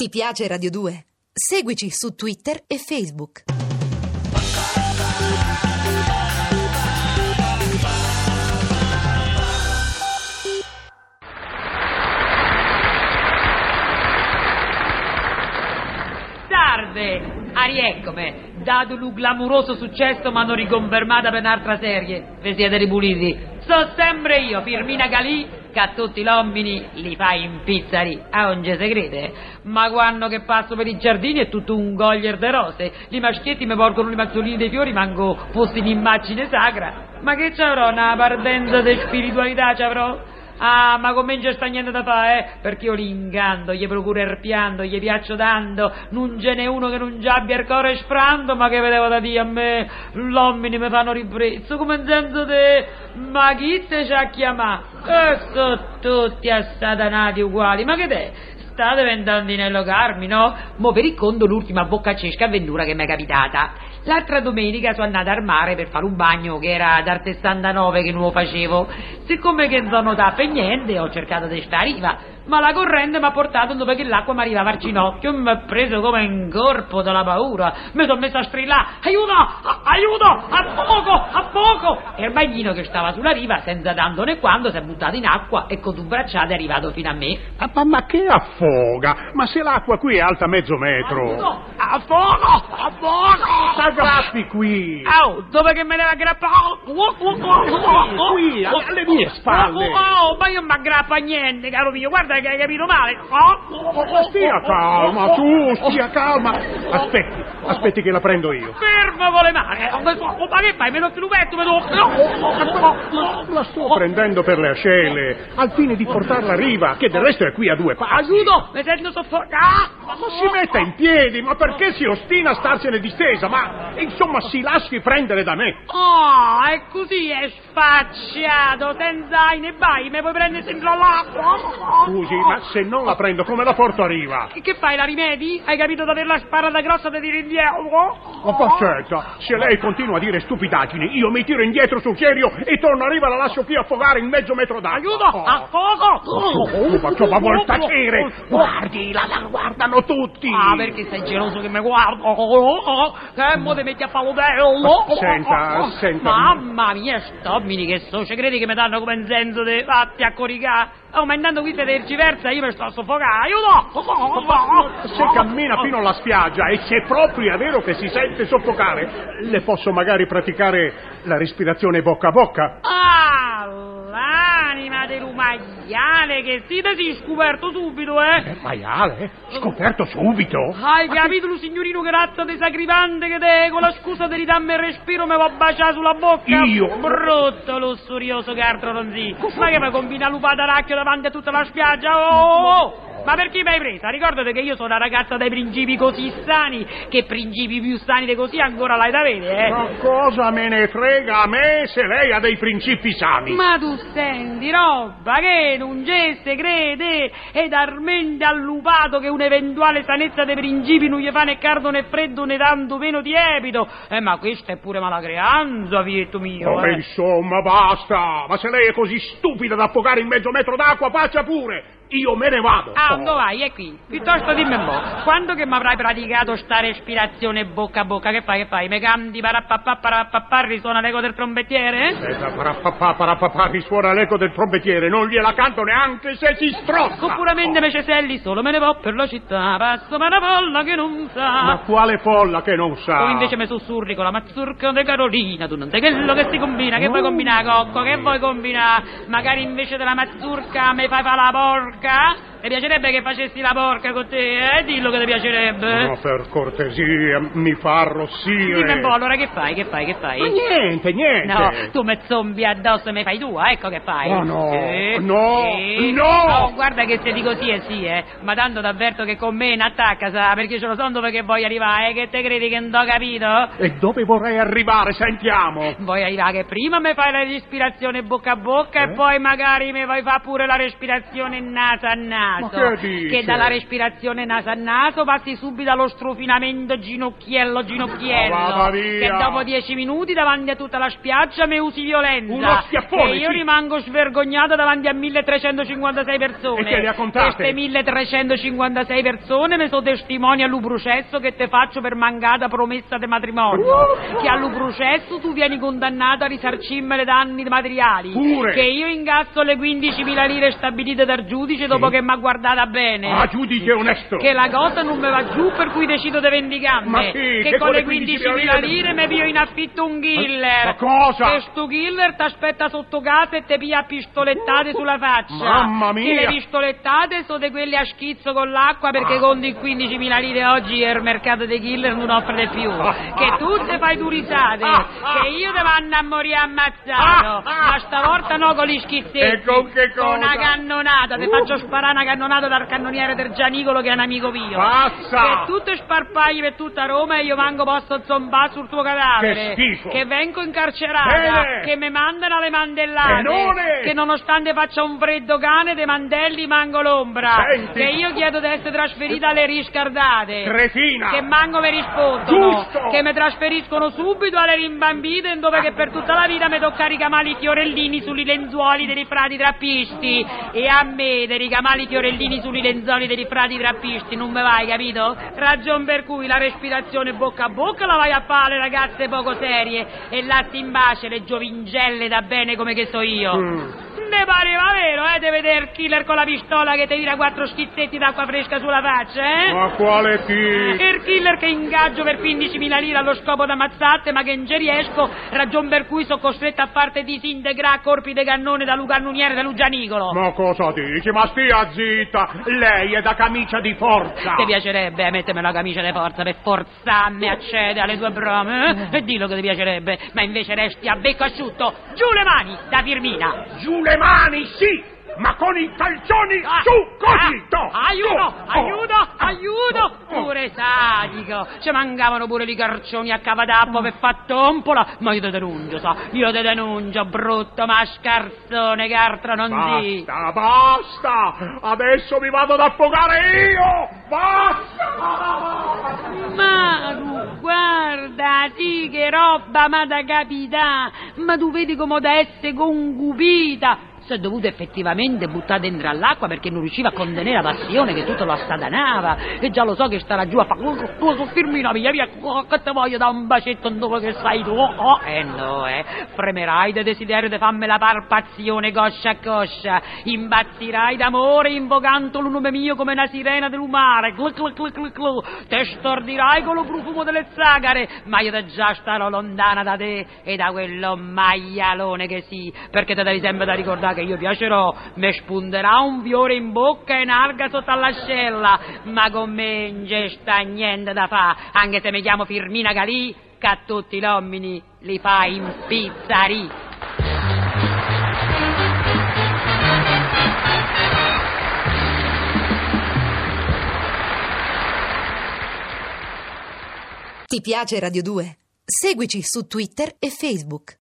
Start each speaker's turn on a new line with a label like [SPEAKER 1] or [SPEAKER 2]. [SPEAKER 1] Ti piace Radio 2? Seguici su Twitter e Facebook.
[SPEAKER 2] Tarde! Ah, rieccomi. Dato il clamoroso successo mi hanno riconfermata per un'altra serie. Vi siete ripuliti. So sempre io, Firmina Galì, che a tutti gli uomini li fa impizzari. A non ci se crede. eh? Ma quando che passo per i giardini è tutto un goglier de rose. I maschietti mi porgono i mazzolini dei fiori, manco fossi un'immagine sacra. Ma che c'avrò? Una parvenza di spiritualità c'avrò? Ah, ma con me non c'è sta niente da fare, eh? Perché io li inganto, gli procuro il pianto, gli piaccio tanto, non ce n'è uno che non già abbia il cuore sfranto, ma che vedevo da dire a me, l'uomini mi fanno ribrezzo, come in senso di, ma chi te ci ha chiamato? E sono tutti assatanati uguali, ma che te? Sta diventando inello Carmi, no? Mo per il conto l'ultima boccaccesca avventura che mi è capitata. L'altra domenica sono andata al mare per fare un bagno che era dal 69 che non lo facevo. Siccome che non ho dato per niente, ho cercato di stare a riva, ma la corrente mi ha portato dove che l'acqua mi arrivava al ginocchio e mi ha preso come in corpo dalla paura. Mi sono messa a strillare, aiuto, a- aiuto, a fuoco, a fuoco! E il bagnino che stava sulla riva, senza tanto né quando, si è buttato in acqua e con due bracciate è arrivato fino a me.
[SPEAKER 3] Ah, Ma, ma che affoga? Ma se l'acqua qui è alta mezzo metro!
[SPEAKER 2] Aiuto, a fuoco, a fuoco!
[SPEAKER 3] Aggappi qui!
[SPEAKER 2] Au, dove che me ne aggrappa? Oh, oh, oh, oh, oh,
[SPEAKER 3] Qui,
[SPEAKER 2] oh,
[SPEAKER 3] alle mie spalle.
[SPEAKER 2] Oh, oh, oh, ma io non mi aggrappo a niente, caro mio, guarda che hai capito male. Oh, oh, oh, oh,
[SPEAKER 3] Stia
[SPEAKER 2] oh, oh,
[SPEAKER 3] calma,
[SPEAKER 2] oh,
[SPEAKER 3] tu,
[SPEAKER 2] oh,
[SPEAKER 3] stia calma! Aspetti, aspetti che la prendo io.
[SPEAKER 2] Fermo con le mani. Oh, ma- oh, ma che fai? Me lo filupetto, me lo... Oh, oh, oh, oh.
[SPEAKER 3] La sto prendendo per le ascelle, al fine di portarla a riva, che del resto è qui a due passi.
[SPEAKER 2] Oh, Aiuto, mi sento soffocare.
[SPEAKER 3] Ma si metta in piedi, ma perché si ostina a starsene distesa? Ma, insomma, si lasci prendere da me.
[SPEAKER 2] Oh, è così, è sfacciato, senza ai né bai, mi puoi prendere sempre l'acqua.
[SPEAKER 3] Scusi, ma se non la prendo, come la porto a riva?
[SPEAKER 2] Che- Che fai, la rimedi? Hai capito di averla sparata grossa di dire indietro? Oh,
[SPEAKER 3] Ma pazienza, Oh, se lei continua a dire stupidaggini, io mi tiro indietro sul serio e torno a riva e la lascio qui affogare in mezzo metro d'acqua.
[SPEAKER 2] Aiuto! Ah. A Oh, fuoco!
[SPEAKER 3] Oh, ma insomma, vuol tacere! Guardi, la, la guardano tutti!
[SPEAKER 2] Ah, perché sei geloso che mi guardo? Oh, oh, oh, Che mo ti metti a Oh, fare un bello?
[SPEAKER 3] Senta, senta.
[SPEAKER 2] Mamma mia, stomini che so, ci credi che mi danno come un senso di fatti a coricà? Oh, ma intanto qui se tergiversa io mi sto a soffocare, aiuto! Oh, oh, oh, oh.
[SPEAKER 3] Se cammina fino alla spiaggia e se proprio è vero che si sente soffocare, le posso magari praticare la respirazione bocca a bocca?
[SPEAKER 2] Ah, l'anima dell'umagliale che si te si scoperto subito, eh!
[SPEAKER 3] Eh, maiale, scoperto subito!
[SPEAKER 2] Hai capito lo signorino che razza di sacripante che te con la scusa di ridarmi il respiro mi va a baciare sulla bocca?
[SPEAKER 3] Io?
[SPEAKER 2] Brutto lussurioso cartro ronzì! Ma che mi combina lupata racchio davanti a tutta la spiaggia? Oh, oh, oh. Ma perché mi hai presa? Ricordate che io sono una ragazza dai principi così sani, che principi più sani di così ancora l'hai da vedere, eh?
[SPEAKER 3] Ma cosa me ne frega a me se lei ha dei principi sani?
[SPEAKER 2] Ma tu senti roba che non c'è se crede ed armente allupato che un'eventuale sanezza dei principi non gli fa né caldo né freddo né tanto meno tiepido. Eh ma questa è pure malacreanza, figlietto mio.
[SPEAKER 3] Come
[SPEAKER 2] Eh.
[SPEAKER 3] insomma, basta! Ma se lei è così stupida da affogare in mezzo metro d'acqua, faccia pure! Io me ne vado!
[SPEAKER 2] Ah, dove vai? È qui. Piuttosto dimmi un po', quando che mi avrai praticato sta respirazione bocca a bocca, che fai, che fai? Me canti parappappa, parappappa, risuona l'eco del trombettiere? eh?
[SPEAKER 3] Senta, parapapà, parapapà, risuona l'eco del trombettiere, non gliela canto neanche se si strozza!
[SPEAKER 2] Sicuramente me ceselli, solo me ne vo' per la città, passo per una polla che non sa.
[SPEAKER 3] Ma quale folla che non sa!
[SPEAKER 2] Tu invece mi sussurri con la mazzurca di Carolina, tu non sai quello che si combina, che vuoi
[SPEAKER 3] Oh.
[SPEAKER 2] combinare, cocco, che vuoi combinare? Magari invece della mazzurca mi fai fare la porca? Ti piacerebbe che facessi la porca con te, eh? Dillo che ti piacerebbe.
[SPEAKER 3] No, per cortesia, mi fa arrossire!
[SPEAKER 2] Dimmi un po', allora che fai, che fai, che fai?
[SPEAKER 3] Ma niente, niente!
[SPEAKER 2] No, tu mi zombi addosso e mi fai tu, ecco che fai.
[SPEAKER 3] Oh, no,
[SPEAKER 2] Sì,
[SPEAKER 3] no,
[SPEAKER 2] sì.
[SPEAKER 3] no.
[SPEAKER 2] Oh, guarda che se dico sì e sì, eh. Ma tanto t'avverto che con me non attacca, sa, perché ce lo so dove che vuoi arrivare, eh, che te credi che non t'ho capito?
[SPEAKER 3] E dove vorrei arrivare, sentiamo!
[SPEAKER 2] Eh, Vuoi arrivare che prima mi fai la respirazione bocca a bocca e
[SPEAKER 3] Eh?
[SPEAKER 2] poi magari mi vuoi fare pure la respirazione naso a naso.
[SPEAKER 3] Ma che dice?
[SPEAKER 2] dalla respirazione naso a naso passi subito allo strofinamento ginocchiello ginocchiello.
[SPEAKER 3] Ma vada via.
[SPEAKER 2] Che dopo dieci minuti davanti a tutta la spiaggia mi usi violenza.
[SPEAKER 3] Uno schiaffone,
[SPEAKER 2] E io
[SPEAKER 3] sì.
[SPEAKER 2] rimango svergognata davanti a 1356 persone.
[SPEAKER 3] E che le ha contate?
[SPEAKER 2] Queste 1356 persone ne sono testimoni all'ubrucesso che te faccio per mancata promessa di matrimonio.
[SPEAKER 3] Uh.
[SPEAKER 2] Che all'ubrucesso tu vieni condannato a risarcirmi le danni materiali.
[SPEAKER 3] Pure.
[SPEAKER 2] Che io incasso le 15.000 lire stabilite dal giudice dopo che mi ha guardata bene.
[SPEAKER 3] Ah, giudice onesto.
[SPEAKER 2] Che la cosa non me va giù per cui decido di vendicarmi.
[SPEAKER 3] Ma sì,
[SPEAKER 2] che,
[SPEAKER 3] che
[SPEAKER 2] con
[SPEAKER 3] con
[SPEAKER 2] le
[SPEAKER 3] le 15.000
[SPEAKER 2] 15.000 lire
[SPEAKER 3] lire
[SPEAKER 2] mi pio in affitto un killer.
[SPEAKER 3] Ma cosa?
[SPEAKER 2] Che sto killer t'aspetta sotto casa e te pia a pistolettate sulla faccia.
[SPEAKER 3] Mamma
[SPEAKER 2] Che le
[SPEAKER 3] mia.
[SPEAKER 2] pistolettate sono di quelle a schizzo con l'acqua perché
[SPEAKER 3] Ah.
[SPEAKER 2] con di 15.000 lire oggi il mercato dei killer non offre più.
[SPEAKER 3] Ah.
[SPEAKER 2] Che tu te fai turizzate.
[SPEAKER 3] Ah. Ah.
[SPEAKER 2] Che io te vanno a morire ammazzato.
[SPEAKER 3] Ah. Ah.
[SPEAKER 2] Ma stavolta no con gli schizzetti.
[SPEAKER 3] E con che cosa?
[SPEAKER 2] una cannonata. Te
[SPEAKER 3] Uh.
[SPEAKER 2] faccio sparare una cannonata dal cannoniere del Gianicolo che è un amico mio.
[SPEAKER 3] Pazza!
[SPEAKER 2] Che tu te sparpagli per tutta Roma e io manco posso zombare sul tuo cadavere.
[SPEAKER 3] Che schifo.
[SPEAKER 2] Che vengo incarcerata.
[SPEAKER 3] Bene.
[SPEAKER 2] Che mi mandano alle mandellate.
[SPEAKER 3] Benone.
[SPEAKER 2] Che nonostante faccia un freddo cane, dei mandelli manco l'ombra.
[SPEAKER 3] Senti.
[SPEAKER 2] Che io chiedo di essere trasferita alle riscardate.
[SPEAKER 3] Cretina!
[SPEAKER 2] Che manco mi rispondono.
[SPEAKER 3] Giusto.
[SPEAKER 2] Che mi trasferiscono subito alle rimbambite dove che per tutta la vita mi tocca ricamare i fiorellini sui lenzuoli dei frati trappisti. E a me di ricamare i fiorellini sui lenzuoli dei frati trappisti, non me vai, capito? Ragion per cui la respirazione bocca a bocca la vai a fare alle ragazze poco serie e latti in pace le giovingelle da bene come che so io.
[SPEAKER 3] Mm.
[SPEAKER 2] Ne pareva vero, eh, di vedere il killer con la pistola che ti tira quattro schizzetti d'acqua fresca sulla faccia, eh?
[SPEAKER 3] Ma quale chi?
[SPEAKER 2] Il Ah, killer che ingaggio per 15.000 lire allo scopo d'ammazzate, ma che in riesco, ragion per cui sono costretta a farti disintegrare a corpi de cannone da Lugannuniere da Lugianicolo.
[SPEAKER 3] Ma cosa dici? Ma stia zitta! Lei è da camicia di forza!
[SPEAKER 2] Ti piacerebbe eh, mettermi la camicia di forza per forzarmi a cedere alle tue brome? eh? E dillo che ti piacerebbe, ma invece resti a becco asciutto. Giù le mani da Firmina!
[SPEAKER 3] Giù le mani, sì! Ma con i calzoni
[SPEAKER 2] Ah,
[SPEAKER 3] su, così!
[SPEAKER 2] ah,
[SPEAKER 3] to,
[SPEAKER 2] aiuto,
[SPEAKER 3] to, to.
[SPEAKER 2] aiuto, aiuto!
[SPEAKER 3] Ah. oh.
[SPEAKER 2] Pure sadico! Ci mancavano pure i carcioni a cavatappo per far tompola! Ma io te denuncio, sa! Io te denuncio, brutto mascarzone, che altro non di!
[SPEAKER 3] Basta, basta! Adesso mi vado ad affogare io! Basta!
[SPEAKER 2] Maru, guarda, sì, che roba, ma da capità! Ma tu vedi come da essere concupita! Si è dovuta effettivamente buttare dentro all'acqua perché non riusciva a contenere la passione che tutto lo assadanava. E già lo so che starà giù a fare... Firmina, via, via, che te voglio da un bacetto dopo che sai tu. Oh, oh. Eh no, eh. Fremerai del desiderio di farmi la parpazione coscia a coscia. Impazzirai d'amore invocando il nome mio come una sirena del mare. Clu, clu, clu, clu, clu. Te stordirai con lo profumo delle zagare. Ma io te già starò lontana da te e da quello maialone che sì. Perché te devi sempre da ricordare che io piacerò. Me spunterà un fiore in bocca e un'arga sotto all'ascella. Ma con me in gesta niente da fa. Anche se mi chiamo Firmina Galì, che a tutti gli uomini li fa impizzarì.
[SPEAKER 1] Ti piace Radio 2? Seguici su Twitter e Facebook.